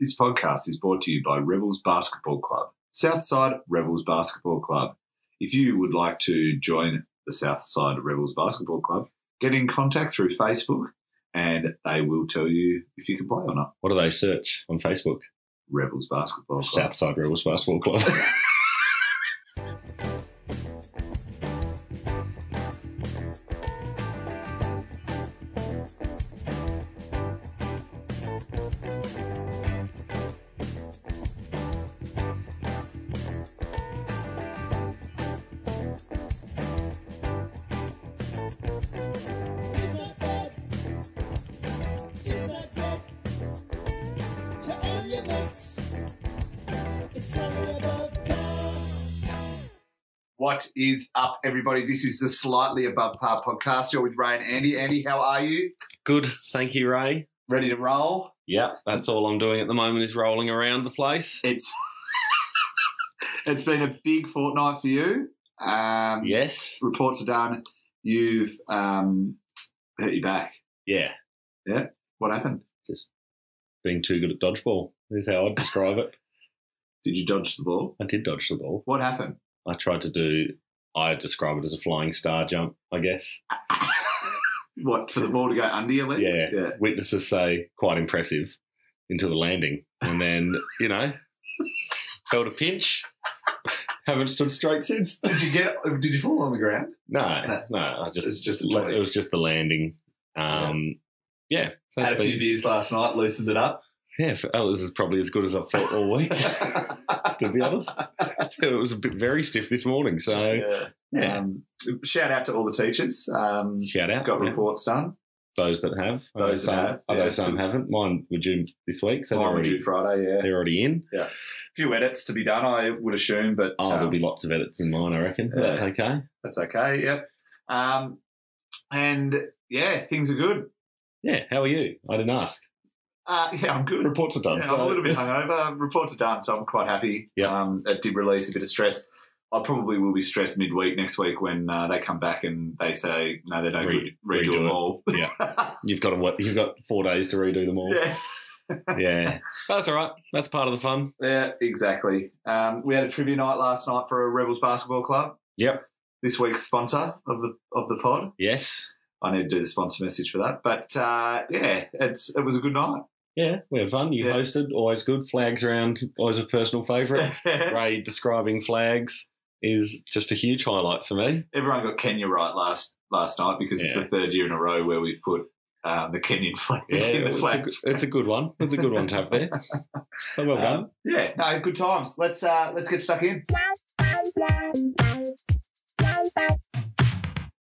This podcast is brought to you by Rebels Basketball Club, Southside Rebels Basketball Club. If you would like to join the Southside Rebels Basketball Club, get in contact through Facebook and they will tell you if you can play or not. What do they search on Facebook? Rebels Oh, Basketball Club. Southside Rebels Basketball Club. Is that bad? Is that bad? To earn your bets. It's slightly above par. What is up, everybody? This is the Slightly Above Par podcast. You're with Ray and Andy. Andy, how are you? Good, thank you, Ray. Ready to roll? Yeah, that's all I'm doing at the moment is rolling around the place. It's it's been a big fortnight for you. Um, Yes, Reports are done. You've um, hurt your back. yeah, What happened? just being too good at dodgeball is how I'd describe it. Did you dodge the ball? I did dodge the ball. What happened? I tried to do. I describe it as a flying star jump, I guess. What for the ball to go under your legs? Yeah. Witnesses say quite impressive into the landing, and then you know felt a pinch. Haven't stood straight since. Did you get? Did you fall on the ground? No, No. no, I just It's just a le- joy. it was just the landing. Um, yeah. so Had that's a been- few beers last night, loosened it up. yeah, f- that was as- probably as good as I felt all week. to be honest, it was a bit very stiff this morning. So yeah. Yeah. Um, shout out to all the teachers. Um, shout out got yeah, reports done. those that have, I know Those that some, have, I know yeah. some haven't. Mine were due this week, so Mine they're were already due Friday. Yeah. they're already in. few edits to be done, I would assume, but Oh, there'll um, be lots of edits in mine, I reckon. but That's okay. that's okay. Yep. Um, and yeah, things are good. Yeah, how are you? I didn't ask. Uh, yeah, I'm good. Reports are done. Yeah, I'm so- a little bit hungover. Reports are done, so I'm quite happy. Yeah. Um, it did release a bit of stress. I probably will be stressed midweek next week when uh, they come back and they say no, they don't Re- re- redo, redo them it. all. You've got to work, you've got four days to redo them all. yeah, yeah. But that's all right. That's part of the fun. yeah, exactly. Um, we had a trivia night last night for a Rebels basketball club. Yep. This week's sponsor of the of the pod. Yes. I need to do the sponsor message for that. But uh, yeah, it's it was a good night. Yeah, we had fun. You Yeah. hosted, always good. Flags around, always a personal favourite. Ray describing flags is just a huge highlight for me. Everyone got Kenya right last last night because it's Yeah. the third year in a row where we've put um, the Kenyan flag Yeah, in the it's a, flags. good- it's a good one. It's a good one to have there. So well done. Um, yeah, no, good times. Let's uh, let's get stuck in.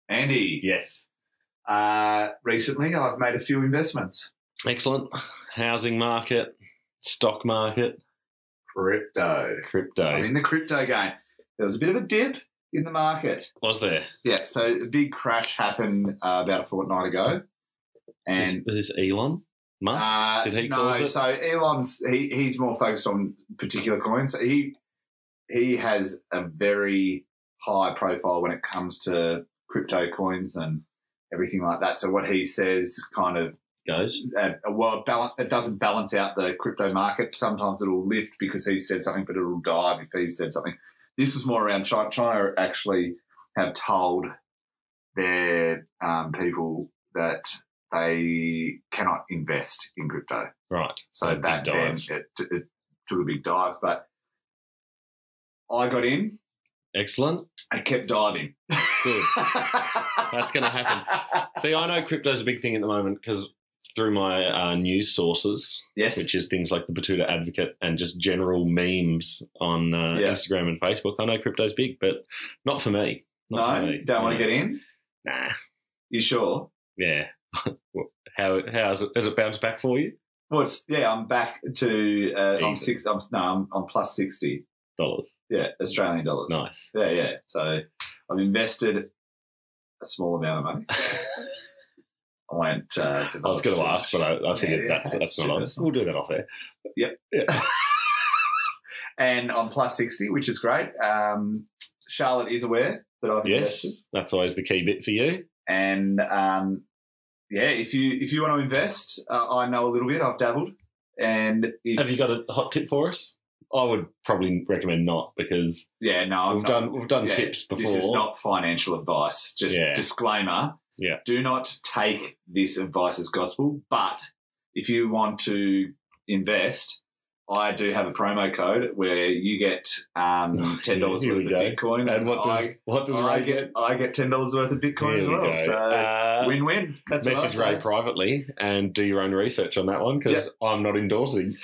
Andy, yes. uh, recently I've made a few investments. Excellent. Housing market, stock market, Crypto. crypto. I'm in the crypto game. There was a bit of a dip in the market. Was there? Yeah, so a big crash happened uh, about a fortnight ago, and Is this, was this Elon Musk? uh, Did he no, cause it? so Elon's he, he's more focused on particular coins. He he has a very high profile when it comes to crypto coins and everything like that. So what he says kind of Goes. uh, well balance it doesn't balance out the crypto market. Sometimes it'll lift because he said something, but it'll dive if he said something. This was more around China. China actually have told their um, people that they cannot invest in crypto. Right. So A big that then dive. it, it took a big dive, but I got in. Excellent. I kept diving. Good. That's gonna happen. See, I know crypto's a big thing at the moment because through my uh, news sources, Yes. which is things like the Batuta Advocate and just general memes on uh, Yeah. Instagram and Facebook, I know crypto's big, but not for me. Not no, for me. don't want to get in. Nah. You sure? Yeah. How how's it, has it bounced back for you? Well, it's, yeah, I'm back to uh, I'm Easy. six. I'm, no, I'm, I'm plus sixty. Dollars. Yeah, Australian dollars. Nice. Yeah, yeah. So I've invested a small amount of money. I won't. Uh, I was going to ask, but I, I figured yeah, that's that's it's not on. personal. We'll do that off air. and I'm plus sixty, which is great. Um, Charlotte is aware that I've invested, Yes, that's always the key bit for you. and um, yeah, if you if you want to invest, uh, I know a little bit. I've dabbled, And if, Have you got a hot tip for us? I would probably recommend not because yeah, no, I'm we've not- done we've done yeah, tips before. This is not financial advice. Just Yeah. disclaimer. Yeah. Do not take this advice as gospel. But if you want to invest, I do have a promo code where you get um, ten dollars Oh, Here worth we of go. Bitcoin. and what does what does I, I Ray get? I get ten dollars worth of Bitcoin Here as we well. go. So Uh, win-win. That's what I message say. Ray privately and do your own research on that one because I'm not endorsing.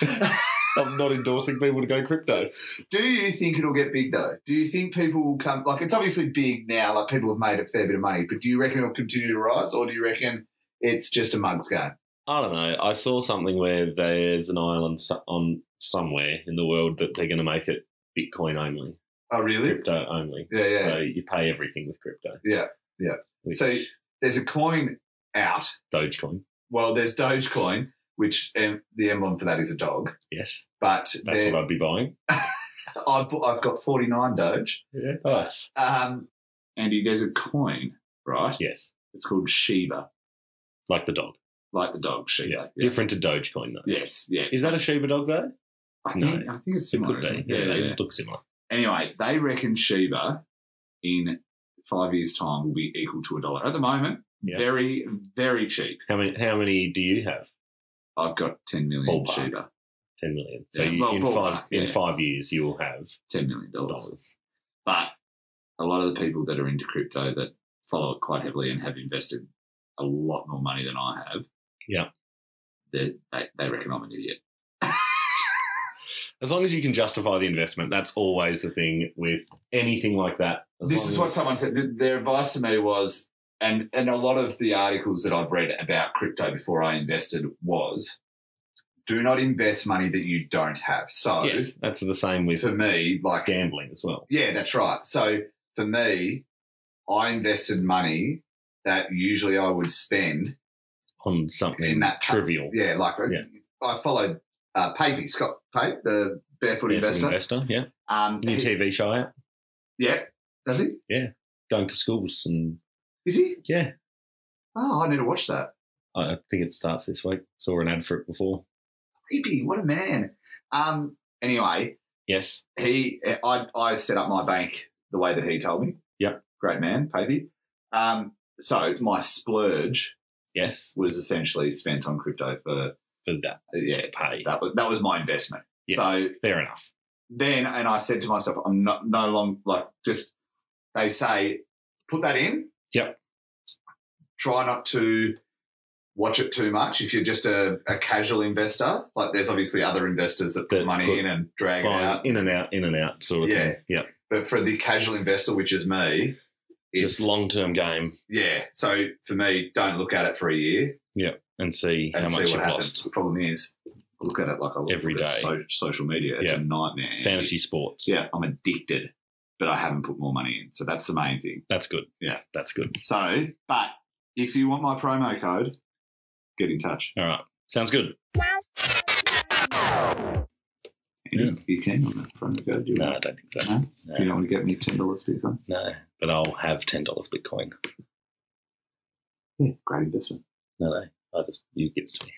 I'm not endorsing people to go crypto. Do you think it'll get big though? Do you think people will come? Like, it's obviously big now. Like, people have made a fair bit of money, but do you reckon it'll continue to rise, or do you reckon it's just a mug's game? I don't know. I saw something where there's an island so- on somewhere in the world that they're going to make it Bitcoin only, Oh, really? crypto only. Yeah, yeah. So you pay everything with crypto. Yeah, yeah. Which, So- There's a coin out. Dogecoin. Well, there's Dogecoin, which um, the emblem for that is a dog. Yes, But that's there- what I'd be buying. I've, bu- I've got 49 Doge. Yeah. Nice. Um, Andy, there's a coin, right? Yes, It's called Shiba, like the dog. like the dog Shiba. Yeah. Yeah. Different to Dogecoin though. Yes, yeah. Is that a Shiba dog though? I No. think, I think it's It similar. could be. isn't it? Yeah, Yeah, they yeah. look similar. Anyway, they reckon Sheba in five years' time will be equal to a dollar. At the moment, Yeah. very, very cheap. How many? How many do you have? I've got 10 million Ballpark. Sheba. Ten million. So Yeah, you, well, in ballpark, five in yeah. five years, you will have $10 million. dollars. But a lot of the people that are into crypto that follow it quite heavily and have invested a lot more money than I have. Yeah. They, they, they reckon I'm an idiot. As long as you can justify the investment, that's always the thing with anything like that. As this long is as- what someone said. Th- Their advice to me was, and and a lot of the articles that I've read about crypto before I invested was, do not invest money that you don't have. So Yes, that's the same with for me, like gambling as well. yeah, that's right. So for me, I invested money that usually I would spend On something In that- trivial. Yeah, like Yeah. I followed uh, Papey Scott Pape, the barefoot Yeah, for investor. investor, yeah. Um, New he- TV show out. Yeah, does he? Going to schools and Is he? yeah, Oh, I need to watch that. I think it starts this week. Saw an ad for it before. Papey, what a man. Um, anyway, Yes, he, I, I set up my bank the way that he told me. Yep. great man, Papey. Um, so my splurge yes, was essentially spent on crypto for for that yeah. pay. That was that was my investment. Yes. So Fair enough. then and I said to myself, I'm not no long like just they say put that in. Yep. Try not to watch it too much if you're just a, a casual investor. Like there's obviously other investors that put That money put- in and drag it Buying out. in and out, in and out, sort of Yeah. thing. Yeah, But for the casual investor, which is me, it's just long term game yeah. So for me, don't look at it for a year and see and how see much what you've happens. lost. The problem is, I look at it like I look Every at day. So, social media. It's Yeah. a nightmare. Fantasy sports. Yeah, I'm addicted, but I haven't put more money in. So that's the main thing. That's good. Yeah. that's good. So, but if you want my promo code, get in touch. All right, sounds good. You- You can on that promo code. Do you, No, I don't think so. No? No. you don't want to get me ten dollars Bitcoin? No, but I'll have ten dollars Bitcoin. Yeah, great investment. No, no, I just you give it to me.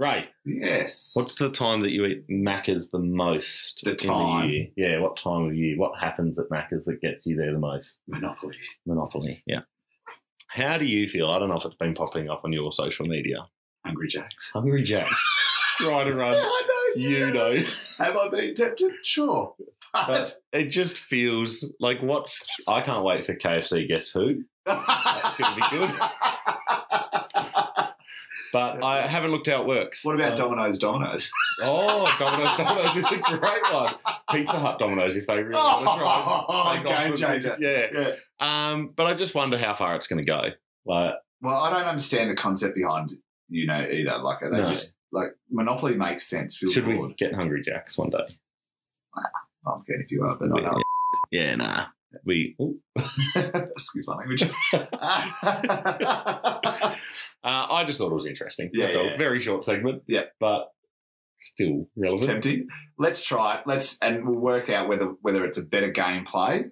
Right. yes. What's the time that you eat Macca's the most? The in time? year? Yeah. What time of year? What happens at Macca's that gets you there the most? monopoly? Monopoly. Yeah. How do you feel? I don't know if it's been popping up on your social media. Hungry Jacks. Hungry Jack. Try to Yeah, run. I know. You know. Have I been tempted? Sure. But, But it just feels like what's. I can't wait for KFC. Guess who? that's gonna be good. But I haven't looked out works. Um, What about So- Domino's? Domino's. Oh, Domino's Domino's is a great one. Pizza Hut Domino's, if they really want to try. and take off Oh, game from- changer. Yeah. Yeah. Um, but I just wonder how far it's going to go. Like, Well, I don't understand the concept behind you know either. Like, are they No. just like Monopoly makes sense. Feels should broad. we get Hungry Jacks one day? I'm kidding if you are, but I Yeah. Yeah, nah. We ooh. know. Excuse my language. yeah, uh, I just thought it was interesting. Yeah, That's yeah. all. Very short segment. Yeah. But still relevant. tempting. Let's try it. Let's and we'll work out whether whether it's a better gameplay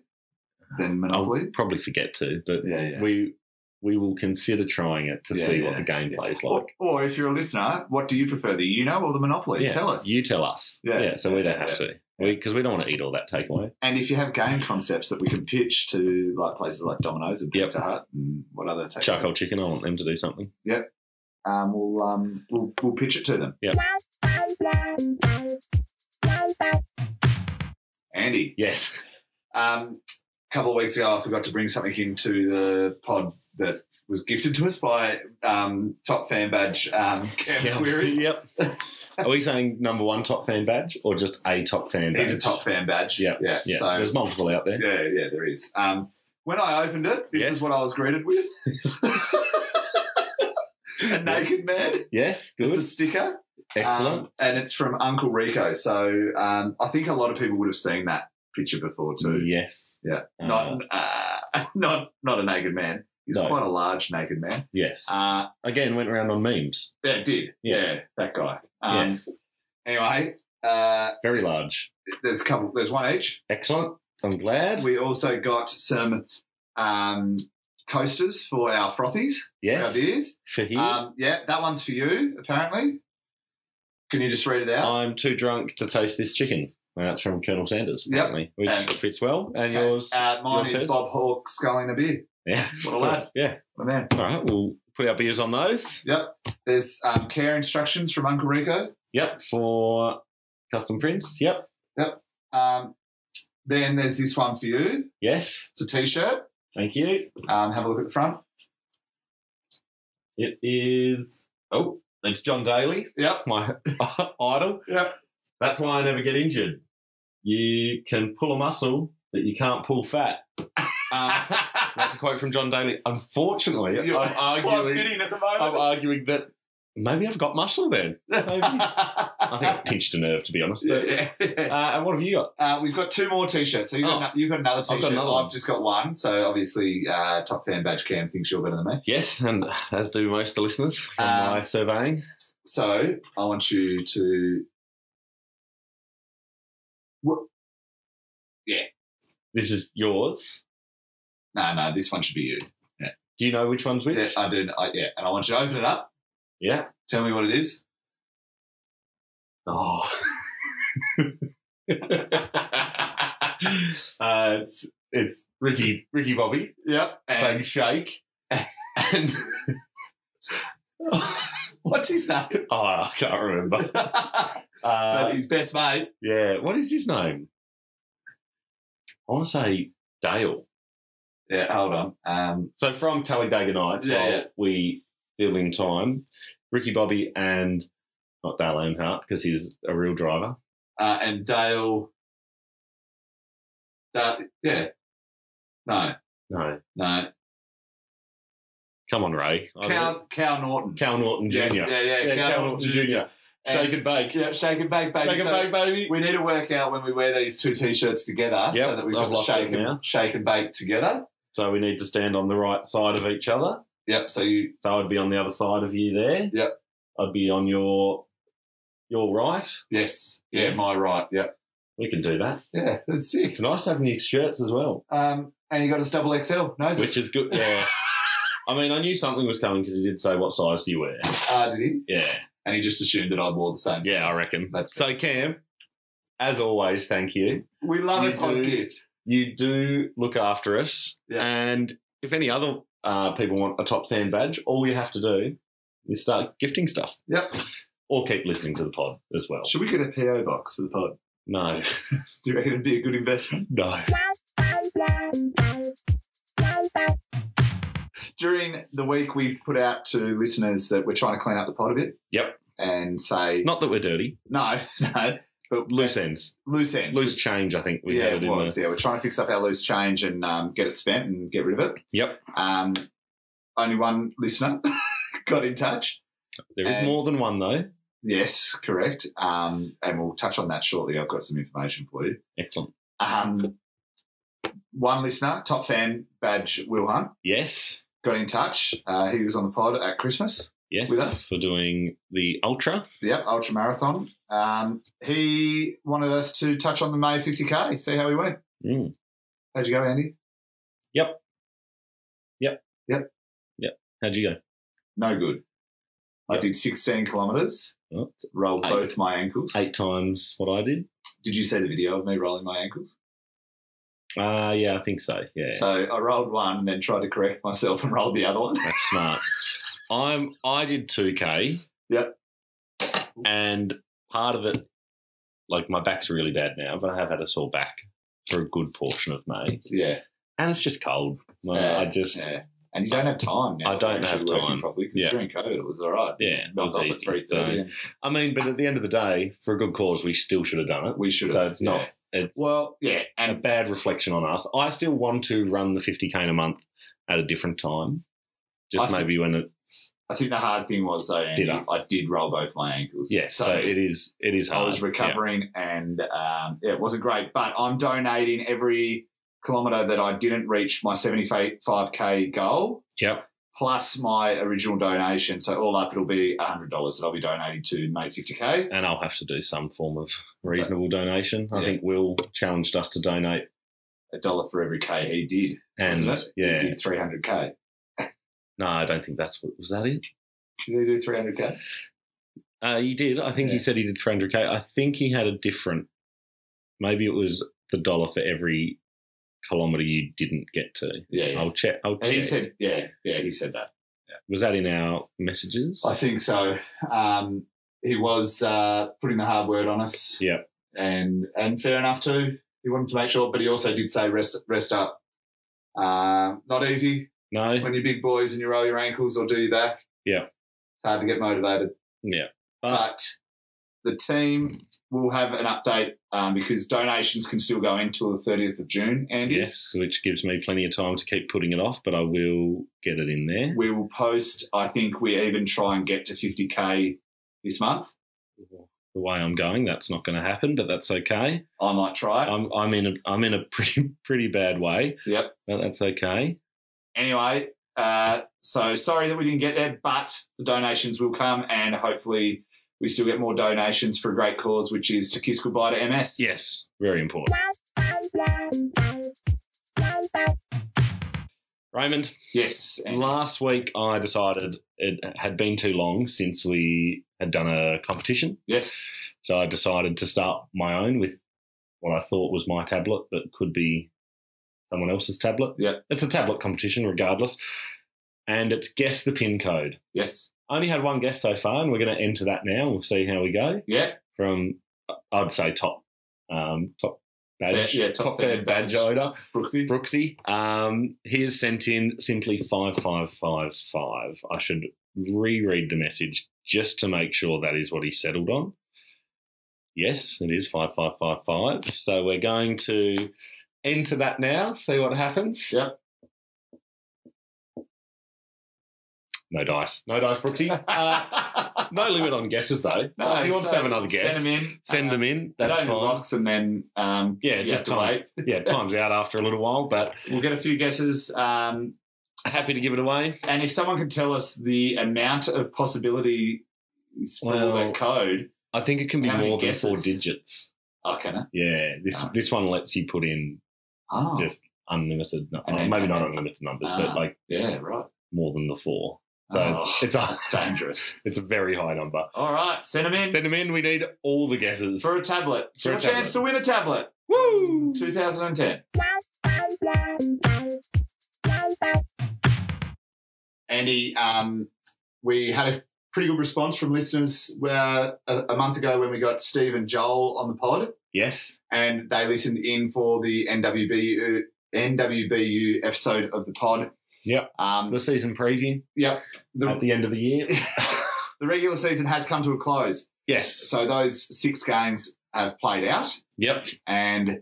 than I'll Monopoly. probably forget to, but yeah, yeah. Oh. we we will consider trying it to Yeah, see yeah, what the gameplay is Or, like. or if you're a listener, what do you prefer, the Uno or the Monopoly? Yeah, Tell us. You tell us. Yeah. Yeah. so we don't have Yeah. to. Because we, don't want to eat all that takeaway. and if you have game concepts that we can pitch to like places like Domino's and Yep. Pizza Hut and what other Charcoal chicken, I want them to do something. um, we'll, um, we'll we'll pitch it to them. Yep. Andy, Yes. Um, a couple of weeks ago, I forgot to bring something into the pod that was gifted to us by um, top fan badge um, Cam Query. yep. Are we saying number one top fan badge or just a top fan badge? He's a top fan badge. Yep. Yeah. Yeah, So there's multiple out there. yeah, yeah, there is. Um, when I opened it, this Yes. is what I was greeted with: a naked man. Yes, good. It's a sticker. Excellent. Um, and it's from Uncle Rico. So um, I think a lot of people would have seen that picture before Mm. too. yes. Yeah. Uh, Not uh, not not a naked man. He's No. quite a large naked man. yes. Uh, Again, went around on memes. yeah, it did. Yes. Yeah, that guy. Um, yes. Anyway, uh, Very large. there's a couple. There's one each. Excellent. I'm glad. We also got some um, coasters for our frothies, our yes. beers. For here. Um, yeah, that one's for you apparently. Can you just read it out? I'm too drunk to taste this chicken. And that's from Colonel Sanders, Yep. apparently, which And- fits well. And Okay. yours. Uh, mine Oh, yours is says? Bob Hawke sculling a beer. yeah. What a lad. Yeah. What a man. All right, we'll put our beers on those. Yep. There's um, care instructions from Uncle Rico. Yep, for custom prints. Yep. Um, then there's this one for you. Yes. It's a T-shirt. Thank you. Um, have a look at the front. It is. Oh, it's John Daly, Yep. my idol. Yep. That's why I never get injured. You can pull a muscle, but you can't pull fat. Um, That's a quote from John Daly. Unfortunately, you're I'm arguing, at the I'm arguing that maybe I've got muscle then. Maybe. I think I pinched a nerve, to be honest. But, Yeah, yeah. Uh, and what have you got? Uh, we've got two more T-shirts. So you've got, Oh. ano- you've got another got T-shirt. another one. I've just got one. So obviously, uh, top fan badge Cam thinks you're better than me. Yes, and as do most of the listeners from Um, my surveying. So I want you to. This is yours. No, no, this one should be you. Do you know which one's which? Yeah, I do. I, yeah, and I want you to open it up. Yeah. Tell me what it is. Oh. uh, it's, it's Ricky Ricky Bobby Yep. saying And shake. And oh, what's his name? I can't remember. Uh, But his best mate. yeah, what is his name? I want to say Dale. Yeah, hold on. Um, So from Talladega Nights, Yeah, while yeah. we fill in time, Ricky Bobby and not Dale Earnhardt because he's a real driver. uh, and Dale. Da- yeah. No, No, no. come on, Ray. I- Cal, Cal Norton. Cal Norton Jr. Yeah, Yeah, yeah, Yeah, Cal, Norton Jr. And- Shake and bake. Yeah, shake and bake, baby. Shake and So bake, baby. We need to work out when we wear these two t-shirts together Yep, so that we've I've got the lost it shake now. and, shake and bake together. So we need to stand on the right side of each other. Yep, so you... So I'd be on the other side of you there. Yep. I'd be on your your right. Yes. Yeah, Yes. my right. Yep. We can do that. Yeah, that's six. It's nice having these shirts as well, Um, and you got us double XL. No, which is good. Yeah. I mean, I knew something was coming because he did say, "What size do you wear?" uh, did he? Yeah. And he just assumed that I wore the same. Yeah, size. I reckon. That's so, Cam, as always, thank you. We love You a pod do. gift. You do look after us. Yeah. And if any other uh, people want a top fan badge, all you have to do is start gifting stuff. Yep. Or keep listening to the pod as well. Should we get a PO box for the pod? No, Do you reckon it'd be a good investment? no. During the week, we put out to listeners that we're trying to clean up the pod a bit. Yep. And say Not that we're dirty. no, no, but Loose ends. loose ends. Loose change, I think we yeah, have it it in was. the. Yeah, we're trying to fix up our loose change and um, get it spent and get rid of it. Yep. Um, only one listener got in touch. There is And- more than one, though. Yes, correct. Um, and we'll touch on that shortly. I've got some information for you. Excellent. Um, one listener, top fan badge Will Hunt, Yes. got in touch. Uh, he was on the pod at Christmas. Yes. With us? For doing the ultra. Yep, ultra marathon. Um, he wanted us to touch on the May 50k. See how we went. Mm. How'd you go, Andy? Yep. Yep. Yep. Yep. How'd you go? No good. I Yep. did 16 kilometres, Oh. rolled Eight. both my ankles. Eight times what I did. Did you see the video of me rolling my ankles? Uh yeah, I think so. Yeah, So I rolled one and then tried to correct myself and rolled the other one. that's smart. I'm. I did two k. Yep. And part of it, like my back's really bad now, but I have had a sore back for a good portion of May, Yeah. and it's just cold. Like, Yeah, I just yeah, yeah. And you don't have time now. I don't to actually have work time. Probably because Yeah. during COVID it was all right. it Knocked was off at easy. three So, thirty. I mean, but at the end of the day, for a good cause, we still should have done it. We should. So have, it's not. yeah. It's Well, yeah, a and bad reflection on us. I still want to run the 50k in a month at a different time. Just I think- maybe when it, I think the hard thing was though, Andy, Did I? I did roll both my ankles. yeah. So, it is, it is I hard. was recovering, and um, yeah, it wasn't great. But I'm donating every kilometre that I didn't reach my 75k goal, Yeah. Yep. plus my original donation. So all up, it'll be $100 that I'll be donating to May 50k. And I'll have to do some form of reasonable donation. I Yeah. think Will challenged us to donate, A dollar for every k he did, and wasn't it? yeah, he did 300k. no, I don't think that's what was that it. Did he do 300k? Uh, he did. I think he Yeah. said he did 300k. I think he had a different. Maybe it was the dollar for every kilometer you didn't get to. Yeah, yeah. I'll check. I'll check. he said, yeah, yeah, he said that. was that in our messages? I think so. Um, he was uh, putting the hard word on us. Yeah. And and fair enough too. He wanted to make sure, but he also did say rest rest up. Uh, not easy no. when you're big boys and you roll your ankles or do your back. Yeah. Uh. It's hard to get motivated. Yeah. But But the team will have an update um, because donations can still go in till the 30th of June, Andy. yes, which gives me plenty of time to keep putting it off, but I will get it in there. We will post, I think we even try and get to 50K this month. The way I'm going, that's not going to happen, but that's okay. I might try. it. I'm I'm in a I'm in a pretty pretty bad way, yep. but that's okay. anyway, uh, so sorry that we didn't get there, but the donations will come, and hopefully we still get more donations for a great cause, which is to kiss goodbye to MS. Yes, very important. Raymond, Yes. And last week I decided it had been too long since we had done a competition, yes. so I decided to start my own with what I thought was my tablet, but could be someone else's tablet. Yep. it's a tablet competition, regardless, and it's guess the pin code. Yes. I only had one guess so far, and we're going to enter that now. We'll see how we go. Yeah. from uh, I'd say top um, top badge Yeah, yeah, top, top fair third badge badge. owner Brooksy. Brooksy. Um, he has sent in simply five five five five. I should reread the message just to make sure that is what he settled on. Yes, it is five five five five. So we're going to enter that now. See what happens. Yep. No dice. No dice, Brooksy. Uh, no limit on guesses though. No, So if you want so to have another guess, Send them in. Uh, send them in. That's don't fine. box and then um, Yeah, you have just to time. wait. Yeah, time's out after a little while, but We'll get a few guesses. Um, happy to give it away. and if someone can tell us the amount of possibilities for Well, that code, I think it can be How many more than four guesses? digits. oh, can I? Yeah, this Oh. this one lets you put in Oh, just unlimited, no, And then- maybe not and- unlimited numbers, Ah. but like yeah, right. more than the four. So Oh, it's, it's a that's dangerous. It's a very high number. All right, send them in Send them in. We need all the guesses. for a tablet. For For a a chance to win a tablet. Woo! 2010. Andy, um, we had a pretty good response from listeners uh, a, a month ago when we got Steve and Joel on the pod, Yes. and they listened in for the NWBU, NWBU episode of the pod. Yep. Um, The the, season preview at the end of the year. the regular season has come to a close, yes. so those six games have played out. Yep. And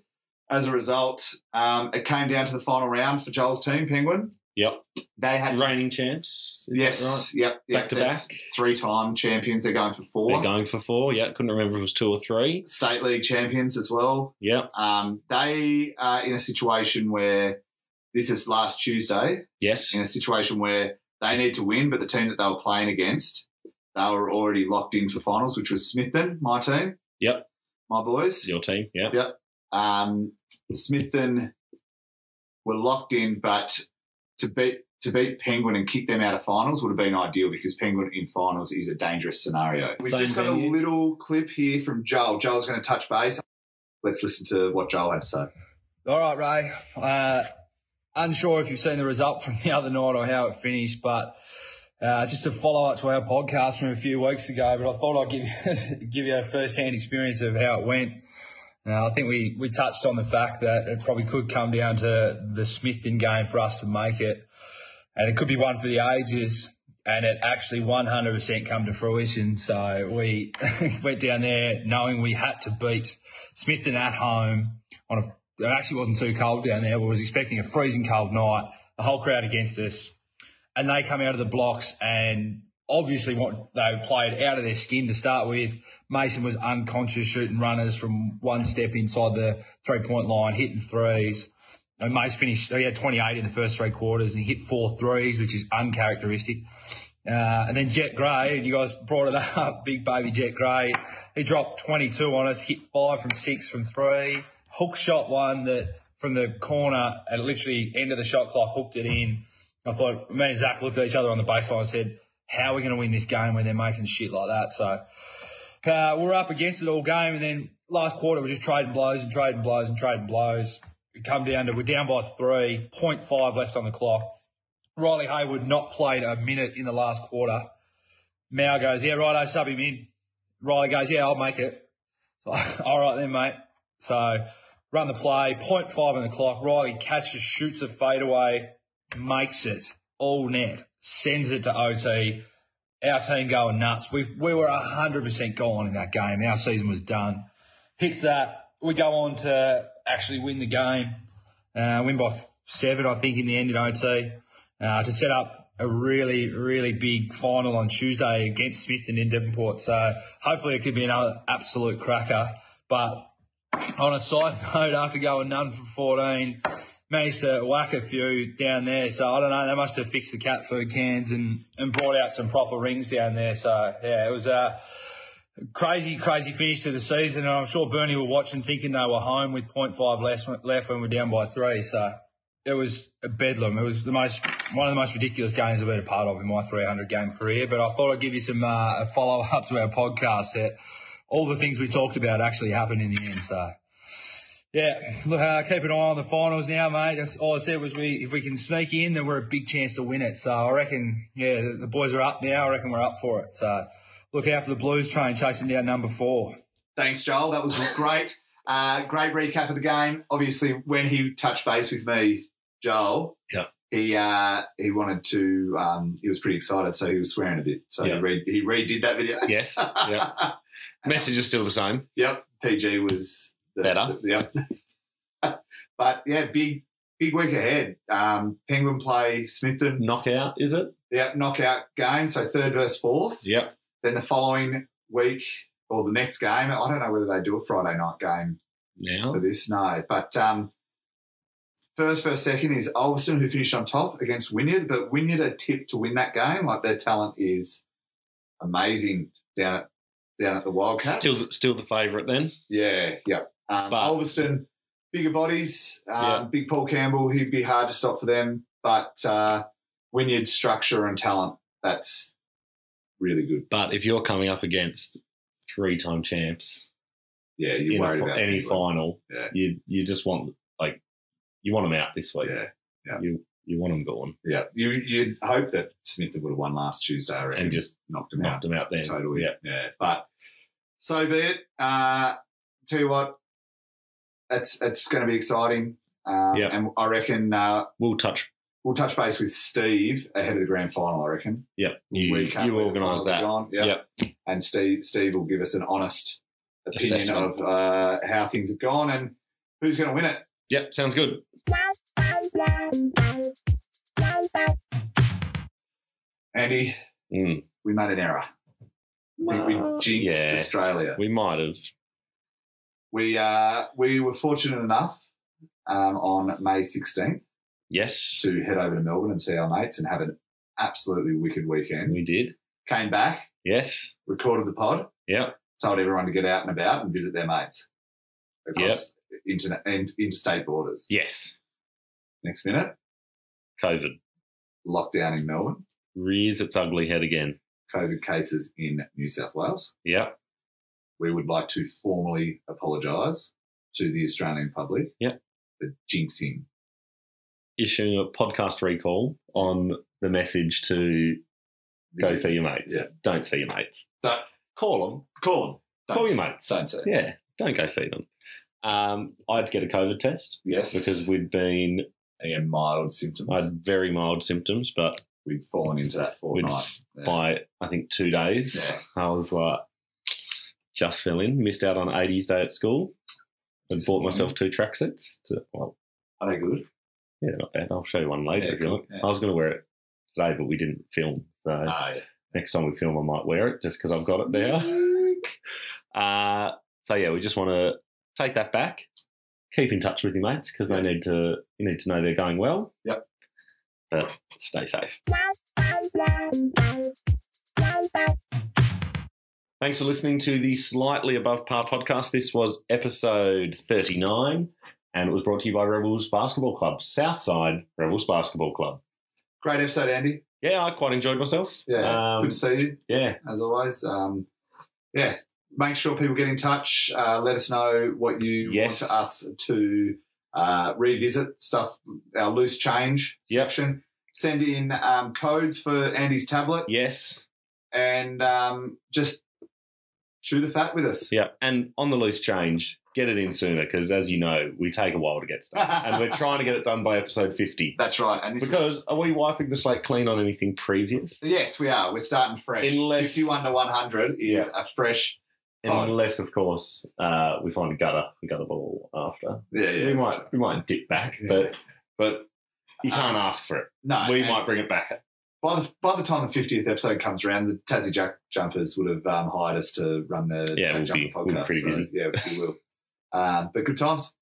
as a result, um, it came down to the final round for Joel's team, Penguin. Yep. They had to, Reigning champs. Is that yes, yep, right? yep, Back to they're back. three-time champions. They're going for They're four going for four. Yeah, couldn't remember if it was two or three. state league champions as well. Yep. Um, they are in a situation where this is last Tuesday Yes. in a situation where they need to win, but the team that they were playing against, they were already locked in for finals, which was Smithton, my team. Yep. my boys. Your team. Yeah. Um, Smithton were locked in, but to beat to beat Penguin and kick them out of finals would have been ideal because Penguin in finals is a dangerous scenario. We've Same just got a venue. little clip here from Joel. Joel's going to touch base. Let's listen to what Joel had to say. All right, Ray. Uh, unsure if you've seen the result from the other night or how it finished, but uh, just a follow up to our podcast from a few weeks ago. But I thought I'd give you, give you a first hand experience of how it went. Now, I think we, we touched on the fact that it probably could come down to the Smithton game for us to make it, and it could be one for the ages. And it actually 100% come to fruition. So we went down there knowing we had to beat Smithton at home on a it actually wasn't too cold down there. We was expecting a freezing cold night. The whole crowd against us, and they come out of the blocks and obviously what they played out of their skin to start with. Mason was unconscious shooting runners from one step inside the three point line, hitting threes. And Mace finished. He had 28 in the first three quarters and he hit four threes, which is uncharacteristic. Uh, and then Jet Gray, you guys brought it up, big baby Jet Gray. He dropped 22 on us, hit five from six from three, hook shot one that from the corner at literally end of the shot clock hooked it in. I thought, me and Zach looked at each other on the baseline and said, how are we going to win this game when they're making shit like that? So, uh, we we're up against it all game, and then last quarter we're just trading blows and trading blows and trading blows. We come down to we're down by three, 0.5 left on the clock. Riley Haywood not played a minute in the last quarter. Mao goes, yeah, righto, sub him in. Riley goes, yeah, I'll make it. So, all right then, mate. So run the play, 0.5 on the clock. Riley catches, shoots a fadeaway, makes it all net, sends it to OT our team going nuts. We we were hundred percent gone in that game. Our season was done. Hits that. We go on to actually win the game. Uh, win by f- seven, I think, in the end in OT uh, to set up a really really big final on Tuesday against Smith and in Devonport. So hopefully it could be another absolute cracker. But on a side note, after going none for fourteen. Managed to whack a few down there, so I don't know. They must have fixed the cat food cans and, and brought out some proper rings down there. So yeah, it was a crazy, crazy finish to the season. And I'm sure Bernie were watching, thinking they were home with 0.5 less left when we're down by three. So it was a bedlam. It was the most one of the most ridiculous games I've been a part of in my 300 game career. But I thought I'd give you some uh, a follow up to our podcast that all the things we talked about actually happened in the end. So. Yeah, look, uh, keep an eye on the finals now, mate. That's all I said was we if we can sneak in, then we're a big chance to win it. So I reckon, yeah, the, the boys are up now. I reckon we're up for it. So look out for the Blues train chasing down number four. Thanks, Joel. That was great. Uh, great recap of the game. Obviously, when he touched base with me, Joel, Yeah. he uh, he wanted to. Um, he was pretty excited, so he was swearing a bit. So Yeah. he, re- he redid that video. Yes. Yeah. Message is still the same. Yep, PG was the, Better. the- yep. but yeah, big big week ahead. Um, Penguin play Smithton. Knockout, is it? Yep, knockout game. So third versus fourth. Yep. Then the following week or the next game. I don't know whether they do a Friday night game Now. for this. No, but um, first versus second is Olsen who finished on top against Wynyard. But Wynyard are tipped to win that game. Like their talent is amazing down at down at the Wildcats. Still, still the favourite then. Yeah, yeah. Um, But- Ulverston, bigger bodies, um, Yeah. big Paul Campbell, he'd be hard to stop for them. But uh, Wynyard's structure and talent, that's really good. But if you're coming up against three-time champs Yeah, you're in a worried fi- about any Penguin. final, Yeah. you you just want like you want them out this week. Yeah, You you want them gone yeah. You, you'd hope that Smith would have won last Tuesday, I reckon. and just knocked him knock out. them out then. Totally. Yeah. yeah. But so be it. Uh, tell you what, it's, it's going to be exciting. Um, Yeah. And I reckon uh, We'll touch. we'll touch base with Steve ahead of the grand final, I reckon. Yeah. You, recap you where the organise finals have that. gone. Yeah. Yep. And Steve Steve will give us an honest opinion of Assessment. uh, how things have gone and who's going to win it. Yep. Sounds good. Andy, Mm. we made an error. We, we jinxed Yeah. Australia. We might have. We uh, we were fortunate enough um, on May 16th Yes, to head over to Melbourne and see our mates and have an absolutely wicked weekend. we did. Came back, Yes. recorded the pod, Yep. told everyone to get out and about and visit their mates across interna- and interstate borders. Yes. Next minute, COVID lockdown in Melbourne, rears its ugly head again. COVID cases in New South Wales. Yep. we would like to formally apologise to the Australian public Yep. for jinxing. Issuing a podcast recall on the message to go see your mates. Yeah. Don't see your mates. Don't- Call them. Call them. Don't Call say- your mates. Don't say. Yeah. Don't go see them. Um, I'd get a COVID test Yes. because we'd been, again, mild symptoms. I had very mild symptoms, but We'd fallen into that fortnight. Yeah. by I think two days, Yeah. I was like, just fell in. Missed out on 80s day at school. And bought myself two tracksuits. To, well, Are they good? Yeah, not bad. I'll show you one later Yeah, if you cool. like. Yeah. I was going to wear it today, but we didn't film. So Ah, yeah. next time we film, I might wear it just because I've got it there. uh, so yeah, we just want to take that back. Keep in touch with your mates because Yeah. they need to. You need to know they're going well. Yep. But stay safe. Thanks for listening to the Slightly Above Par podcast. This was episode 39 and it was brought to you by Rebels Basketball Club, Southside Rebels Basketball Club. Great episode, Andy. Yeah, I quite enjoyed myself. Yeah, Um, good to see you. yeah. as always. Um, yeah, make sure people get in touch. Uh, let us know what you Yes. want us to uh, revisit stuff, our loose change Yep. section. Send in um, codes for Andy's tablet Yes. and um, just chew the fat with us. Yeah. And on the loose change, get it in sooner because, as you know, we take a while to get stuff. and we're trying to get it done by episode 50. That's right. And this Because are we wiping the slate clean on anything previous? is, yes, we are. We're starting fresh. Unless- 51 to 100 is a fresh. Oh. Unless, of course, uh, we find a gutter, a gutter ball after. Yeah, yeah. we that's might right. we might dip back, but but you can't ask for it. no, we Uh, and- might bring it back. By the by the time the fiftieth episode comes around, the Tassie Jack Jumpers would have um, hired us to run the Yeah, Jack we'll Jumper be- podcast. we'll be pretty busy. So, yeah, we will. Um, but good times.